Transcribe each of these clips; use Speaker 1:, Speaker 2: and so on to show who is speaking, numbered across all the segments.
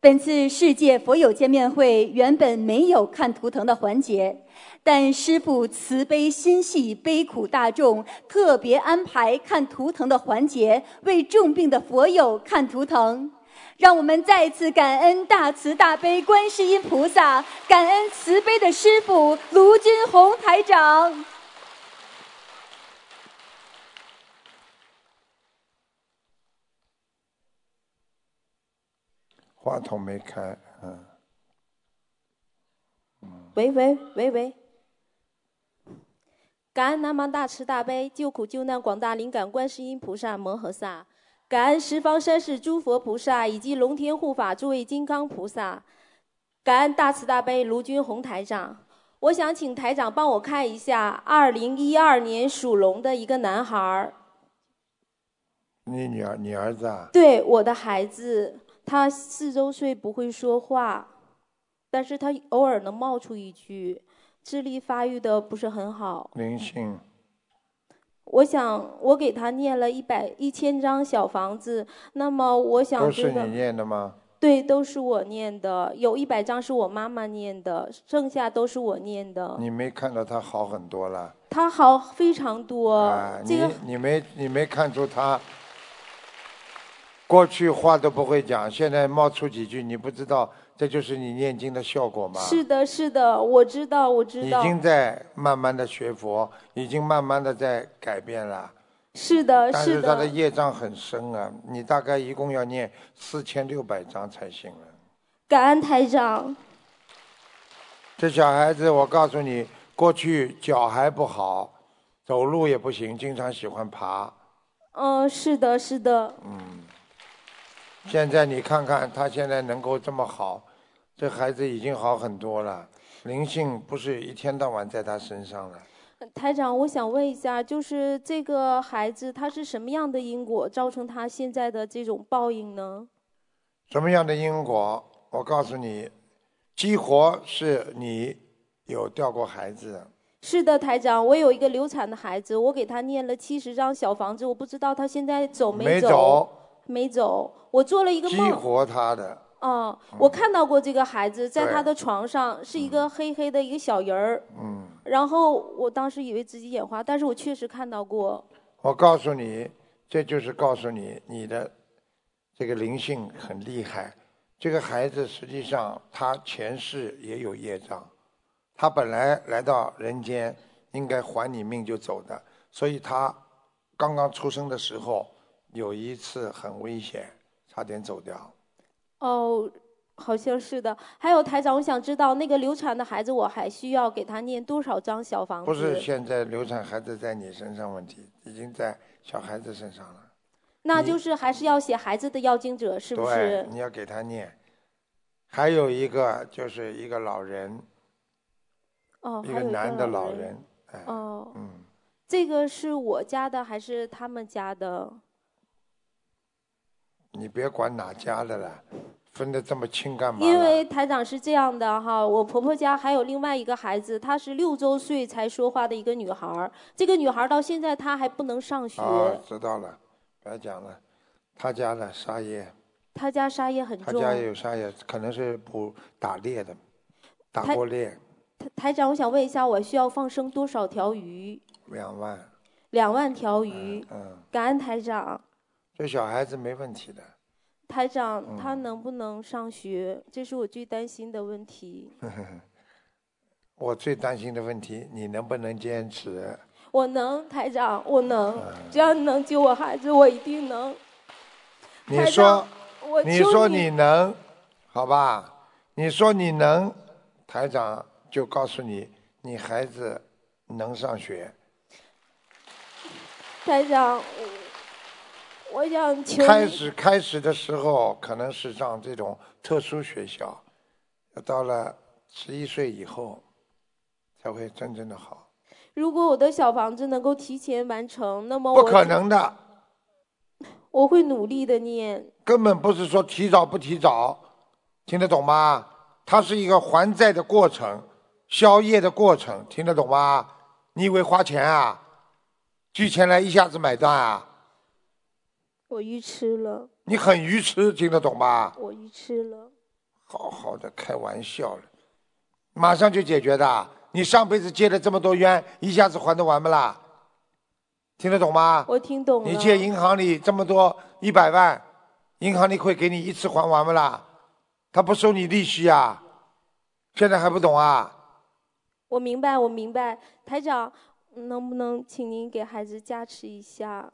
Speaker 1: 本次世界佛友见面会原本没有看图腾的环节，但师父慈悲心系悲苦大众，特别安排看图腾的环节，为重病的佛友看图腾。让我们再次感恩大慈大悲观世音菩萨，感恩慈悲的师父卢军宏台长。
Speaker 2: 话筒没开，嗯，
Speaker 3: 喂喂喂喂，感恩南无大慈大悲救苦救难广大灵感观世音菩萨摩诃萨，感恩十方三世诸佛菩萨以及龙天护法诸位金刚菩萨，感恩大慈大悲卢军宏台长。我想请台长帮我看一下，二零一二年属龙的一个男孩儿，
Speaker 2: 你女儿，你儿子啊，
Speaker 3: 对我的孩子，他四周岁不会说话，但是他偶尔能冒出一句，智力发育的不是很好。
Speaker 2: 灵性，
Speaker 3: 我想我给他念了一百一千张小房子，那么我想
Speaker 2: 都
Speaker 3: 知
Speaker 2: 是
Speaker 3: 道
Speaker 2: 你，念的吗？
Speaker 3: 对，都是我念的，有一百张是我妈妈念的，剩下都是我念的。
Speaker 2: 你没看到他好很多了
Speaker 3: 他好非常多
Speaker 2: 啊？，
Speaker 3: 哦这
Speaker 2: 你
Speaker 3: 个
Speaker 2: 你没你没看出他过去话都不会讲，现在冒出几句，你不知道这就是你念经的效果吗？
Speaker 3: 是的，是的，我知道，我知
Speaker 2: 已
Speaker 3: 道，
Speaker 2: 经在慢慢的学佛，已经慢慢的在改变了，
Speaker 3: 是的，
Speaker 2: 但
Speaker 3: 呃是
Speaker 2: 是他的
Speaker 3: 的。
Speaker 2: 业障很深啊，你大概一共要念四千六百章才行了。
Speaker 3: 感恩台长，
Speaker 2: 这小孩子，我告诉你，过去脚还不好，走路也不行，经常喜欢爬。
Speaker 3: 嗯，是的，是的，
Speaker 2: 现在你看看他现在能够这么好，这孩子已经好很多了。灵性不是一天到晚在他身上了，
Speaker 3: 台长，我想问一下，就是这个孩子他是什么样的因果造成他现在的这种报应呢？
Speaker 2: 什么样的因果？我告诉你，激活是你有掉过孩子，
Speaker 3: 是的，台长，我有一个流产的孩子，我给他念了七十张小房子，我不知道他现在走
Speaker 2: 没
Speaker 3: 走，
Speaker 2: 走，
Speaker 3: 没走。我做了一个
Speaker 2: 激
Speaker 3: 梦，
Speaker 2: 活他的，
Speaker 3: 啊，我看到过这个孩子在
Speaker 2: 对
Speaker 3: 他的床上是一个黑黑的一个小人儿，
Speaker 2: 嗯。
Speaker 3: 然后我当时以为自己眼花，但是我确实看到过。
Speaker 2: 我告诉你，这就是告诉你你的这个灵性很厉害。这个孩子实际上他前世也有业障，他本来来到人间应该还你命就走的，所以他刚刚出生的时候有一次很危险，差点走掉。
Speaker 3: 哦，好像是的。还有台长，我想知道那个流产的孩子，我还需要给他念多少张小房子？
Speaker 2: 不是现在流产孩子在你身上问题，已经在小孩子身上了。
Speaker 3: 那
Speaker 2: 你
Speaker 3: 就是还是要写孩子的要经者，是不
Speaker 2: 对
Speaker 3: 是，？
Speaker 2: 你要给他念。还有一个就是一个老人，
Speaker 3: 哦，
Speaker 2: 一
Speaker 3: 还
Speaker 2: 个
Speaker 3: 有
Speaker 2: 男的
Speaker 3: 老
Speaker 2: 老。人，哎，
Speaker 3: 哦，
Speaker 2: 嗯，
Speaker 3: 这个是我家的还是他们家的？
Speaker 2: 你别管哪家的了，分得这么清干嘛啦？
Speaker 3: 因为台长是这样的哈，我婆婆家还有另外一个孩子，她是六周岁才说话的一个女孩儿。这个女孩儿到现在她还不能上学，
Speaker 2: 哦，知道了，不要讲了。他家的沙耶，
Speaker 3: 她家杀业很
Speaker 2: 他
Speaker 3: 重。
Speaker 2: 家也有沙耶，可能是捕打猎的，打
Speaker 3: 他
Speaker 2: 过猎，
Speaker 3: 台台长，我想问一下，我需要放生多少条鱼？
Speaker 2: 两万，
Speaker 3: 两万条鱼。
Speaker 2: 嗯，
Speaker 3: 感恩台长，
Speaker 2: 这小孩子没问题的。
Speaker 3: 台
Speaker 2: 嗯
Speaker 3: 长他能不能上学？这是我最担心的问题。
Speaker 2: 我最担心的问题，你能不能坚持？
Speaker 3: 我能，台长，我能，
Speaker 2: 嗯
Speaker 3: 只要你能救我孩子，我一定能。
Speaker 2: 你
Speaker 3: 台长
Speaker 2: 说，
Speaker 3: 我
Speaker 2: 你
Speaker 3: 求
Speaker 2: 说你
Speaker 3: 你，
Speaker 2: 能，好吧？你说你能，台长就告诉你，你孩子能上学。
Speaker 3: 台长，我我想求
Speaker 2: 开
Speaker 3: 你。
Speaker 2: 始开始的时候可能是上这种特殊学校，到了十一岁以后才会真正的好。
Speaker 3: 如果我的小房子能够提前完成，那么
Speaker 2: 不
Speaker 3: 我
Speaker 2: 可能的，
Speaker 3: 我会努力的念。
Speaker 2: 根本不是说提早不提早，听得懂吗？它是一个还债的过程，消业的过程，听得懂吗？你以为花钱啊，聚钱来一下子买断啊？
Speaker 3: 我愚痴了，
Speaker 2: 你很愚痴，听得懂吗？
Speaker 3: 我愚痴了。
Speaker 2: 好好的开玩笑了，马上就解决的啊。你上辈子借了这么多冤，一下子还得完不啦？听得懂吗？
Speaker 3: 我听懂了。
Speaker 2: 你借银行里这么多一百万，银行里会给你一次还完不啦？他不收你利息啊！现在还不懂啊？
Speaker 3: 我明白，我明白。台长，能不能请您给孩子加持一下？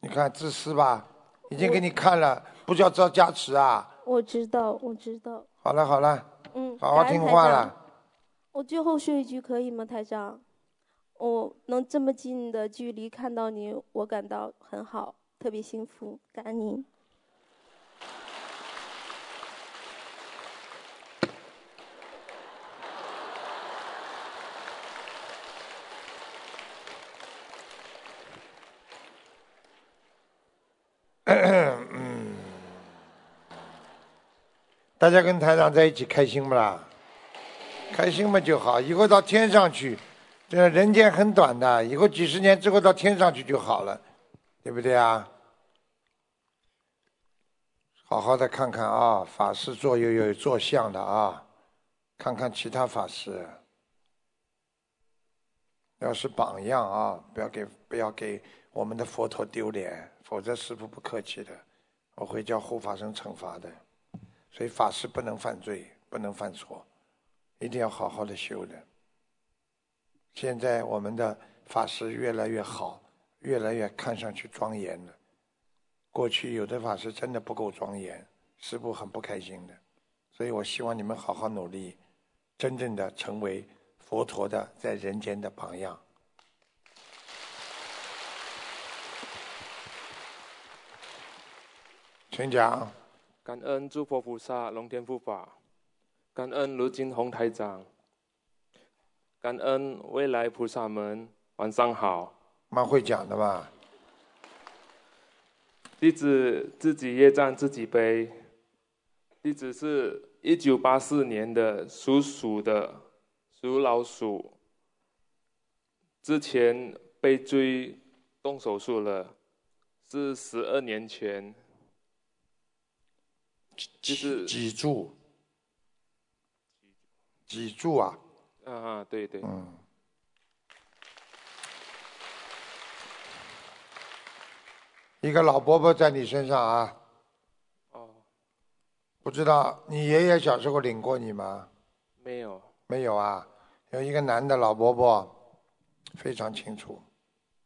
Speaker 2: 你看自私吧，已经给你看了，不叫遭加持啊！
Speaker 3: 我知道，我知道。
Speaker 2: 好了好了，
Speaker 3: 嗯，
Speaker 2: 好好
Speaker 3: 感恩
Speaker 2: 听
Speaker 3: 台
Speaker 2: 话
Speaker 3: 长
Speaker 2: 了。
Speaker 3: 我最后说一句可以吗，台长？我能这么近的距离看到您，我感到很好，特别幸福，感恩您。
Speaker 2: 大家跟台长在一起开心不啦？开心嘛就好，以后到天上去，这人间很短的，以后几十年之后到天上去就好了，对不对啊？好好的看看啊，法师做有有做像的啊，看看其他法师，要是榜样啊，不要给不要给我们的佛陀丢脸，否则师傅不客气的，我会叫护法神惩罚的。所以法师不能犯罪，不能犯错，一定要好好的修的。现在我们的法师越来越好，越来越看上去庄严了。过去有的法师真的不够庄严，师父很不开心的。所以我希望你们好好努力，真正的成为佛陀的在人间的榜样。请讲。
Speaker 4: 感恩诸佛菩萨、龙天护法，感恩卢金红台长，感恩未来菩萨们，晚上好。
Speaker 2: 蛮会讲的吧？
Speaker 4: 地址自己业障自己背，地址是一九八四年的属鼠的属老鼠，之前被追动手术了，是十二年前，就是
Speaker 2: 脊柱，脊柱啊，
Speaker 4: 啊啊对对，
Speaker 2: 嗯，一个老伯伯在你身上啊，
Speaker 4: 哦
Speaker 2: 不知道你爷爷小时候领过你吗？
Speaker 4: 没有，
Speaker 2: 没有啊，有一个男的老伯伯，非常清楚，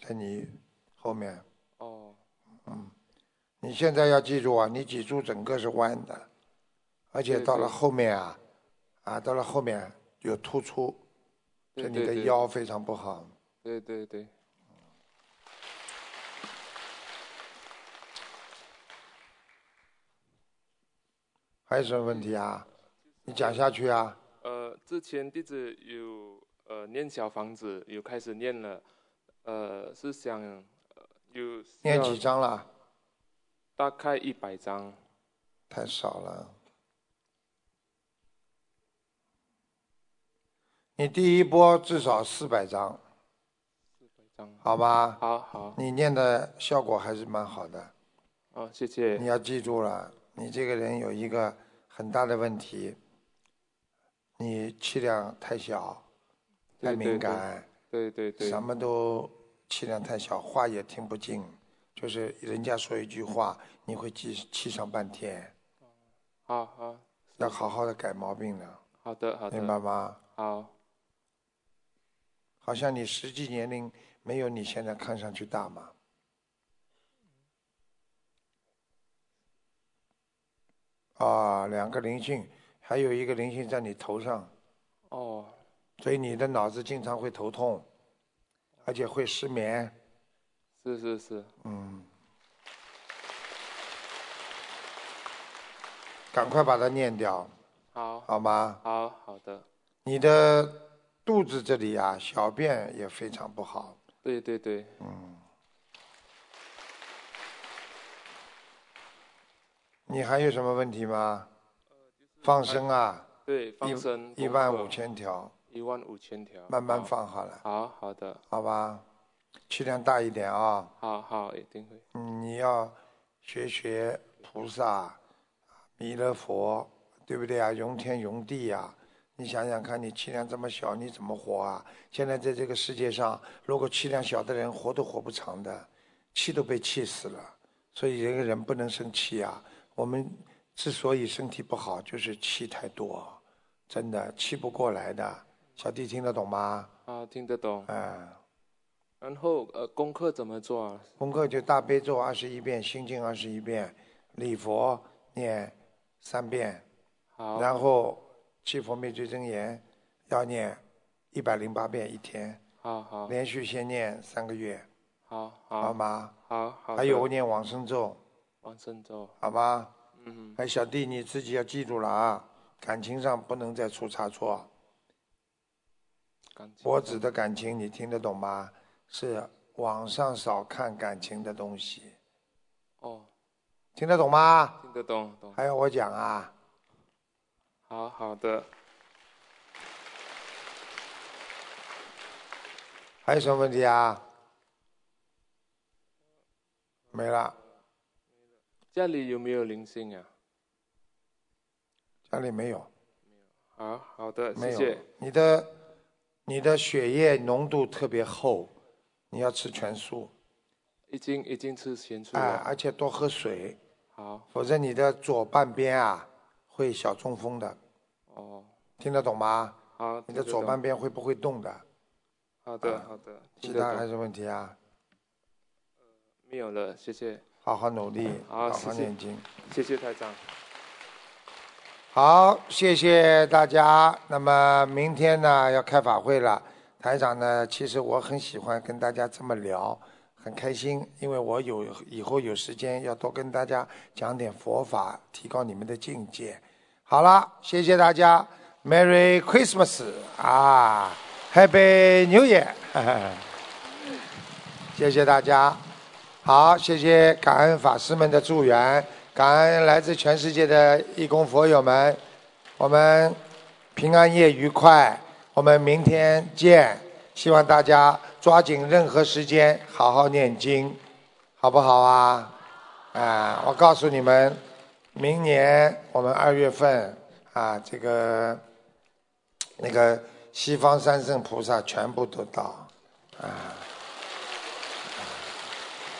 Speaker 2: 在你后面。
Speaker 4: 哦
Speaker 2: 你现在要记住啊，你脊柱整个是弯的，而且
Speaker 4: 对
Speaker 2: 到了
Speaker 4: 对
Speaker 2: 后面啊，啊，到了后面有突出，
Speaker 4: 对
Speaker 2: 这你
Speaker 4: 对
Speaker 2: 的
Speaker 4: 对
Speaker 2: 腰非常不好。
Speaker 4: 对对对，
Speaker 2: 还有什么问题啊？你讲下去啊。
Speaker 4: 呃，之前弟子有呃念小房子，有开始念了，呃，是想、呃有需
Speaker 2: 念
Speaker 4: 要
Speaker 2: 几张了？
Speaker 4: 大概一百张，
Speaker 2: 太少了。你第一波至少四百张，
Speaker 4: 四百张。
Speaker 2: 好吧？
Speaker 4: 好好，
Speaker 2: 你念的效果还是蛮好的。
Speaker 4: 哦，谢谢
Speaker 2: 你。要记住了，你这个人有一个很大的问题，你气量太小，太
Speaker 4: 对对
Speaker 2: 敏感，
Speaker 4: 对对对，
Speaker 2: 什么都气量太小，话也听不进，就是人家说一句话，你会气气上半天，
Speaker 4: 好好
Speaker 2: 要好好的改毛病了，
Speaker 4: 好的好
Speaker 2: 明
Speaker 4: 的
Speaker 2: 白吗？
Speaker 4: 好，
Speaker 2: 好像你实际年龄没有你现在看上去大嘛。啊，两个灵性，还有一个灵性在你头上，
Speaker 4: 哦
Speaker 2: 所以你的脑子经常会头痛，而且会失眠。
Speaker 4: 是是是，
Speaker 2: 赶快把它念掉，
Speaker 4: 好
Speaker 2: 好吗？
Speaker 4: 好好的，
Speaker 2: 你的肚子这里啊，小便也非常不好，
Speaker 4: 对对对，
Speaker 2: 你还有什么问题吗？放生啊，
Speaker 4: 对呃放
Speaker 2: 一
Speaker 4: 生
Speaker 2: 一万五，千条，
Speaker 4: 一万五千条，
Speaker 2: 慢慢
Speaker 4: 好，
Speaker 2: 放好了，
Speaker 4: 好好的，
Speaker 2: 好吧？气量大一点啊，
Speaker 4: 好好一定会，
Speaker 2: 嗯你要学学菩萨、弥勒佛对不对啊？容天容地呀、你想想看，你气量这么小，你怎么活啊？现在在这个世界上，如果气量小的人活都活不长的，气都被气死了。所以一个人不能生气啊。我们之所以身体不好，就是气太多，真的气不过来的。小弟听得懂吗？
Speaker 4: 啊，听得懂。
Speaker 2: 嗯。
Speaker 4: 然后呃，功课怎么做啊？
Speaker 2: 功课就大悲咒二十一遍，心经二十一遍，礼佛念三遍，
Speaker 4: 好，
Speaker 2: 然后七佛灭罪真言要念一百零八遍一天，
Speaker 4: 好好
Speaker 2: 连续先念三个月，
Speaker 4: 好
Speaker 2: 好
Speaker 4: 好
Speaker 2: 吗？
Speaker 4: 好好的。
Speaker 2: 还有念往生咒，
Speaker 4: 往生咒，
Speaker 2: 好吧？
Speaker 4: 嗯，
Speaker 2: 哎，小弟你自己要记住了啊，感情上不能再出差错。
Speaker 4: 感情
Speaker 2: 我指的感情，你听得懂吗？是网上少看感情的东西，
Speaker 4: 哦，
Speaker 2: 听得懂吗？
Speaker 4: 听得懂懂。
Speaker 2: 还要我讲啊？
Speaker 4: 好好的，
Speaker 2: 还有什么问题啊？没了，
Speaker 4: 家里有没有灵性啊？
Speaker 2: 家里没有，
Speaker 4: 好好的，
Speaker 2: 没
Speaker 4: 谢
Speaker 2: 有。
Speaker 4: 谢。
Speaker 2: 你的你的血液浓度特别厚，你要吃全素，
Speaker 4: 已经已经吃咸素
Speaker 2: 哎、
Speaker 4: 了。
Speaker 2: 而且多喝水，
Speaker 4: 好
Speaker 2: 否则你的左半边啊会小中风的，
Speaker 4: 哦，
Speaker 2: 听得懂吗？
Speaker 4: 好。
Speaker 2: 你
Speaker 4: 听
Speaker 2: 的
Speaker 4: 得
Speaker 2: 左
Speaker 4: 懂
Speaker 2: 半边会不会动的？
Speaker 4: 好的好的，
Speaker 2: 其
Speaker 4: 听得
Speaker 2: 他还
Speaker 4: 懂
Speaker 2: 是问题啊？
Speaker 4: 没有了，谢谢
Speaker 2: 好好努力，
Speaker 4: 好
Speaker 2: 好好
Speaker 4: 谢谢
Speaker 2: 念经。
Speaker 4: 谢谢台长。
Speaker 2: 好，谢谢大家。那么明天呢要开法会了，台长呢，其实我很喜欢跟大家这么聊，很开心，因为我有以后有时间要多跟大家讲点佛法，提高你们的境界。好了，谢谢大家，Merry Christmas 啊，Happy New Year，谢谢大家。好，谢谢感恩法师们的助缘，感恩来自全世界的义工佛友们，我们平安夜愉快，我们明天见。希望大家抓紧任何时间好好念经，好不好啊？啊，我告诉你们，明年我们二月份啊，这个那个西方三圣菩萨全部都到。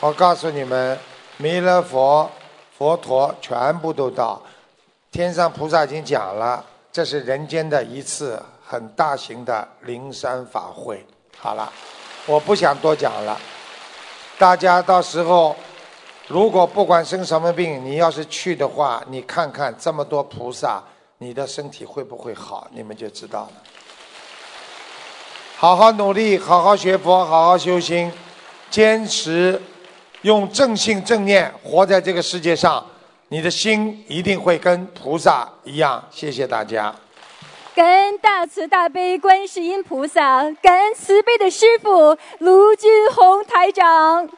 Speaker 2: 我告诉你们，弥勒佛、佛陀全部都到。天上菩萨已经讲了，这是人间的一次很大型的灵山法会。好了，我不想多讲了。大家到时候，如果不管生什么病，你要是去的话，你看看这么多菩萨，你的身体会不会好，你们就知道了。好好努力，好好学佛，好好修心，坚持用正信正念活在这个世界上，你的心一定会跟菩萨一样。谢谢大家。
Speaker 1: 感恩大慈大悲观世音菩萨，感恩慈悲的师傅卢军宏台长。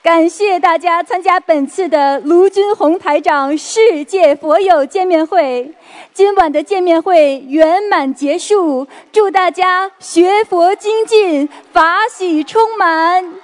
Speaker 1: 感谢大家参加本次的卢军宏台长世界佛友见面会。今晚的见面会圆满结束，祝大家学佛精进，法喜充满。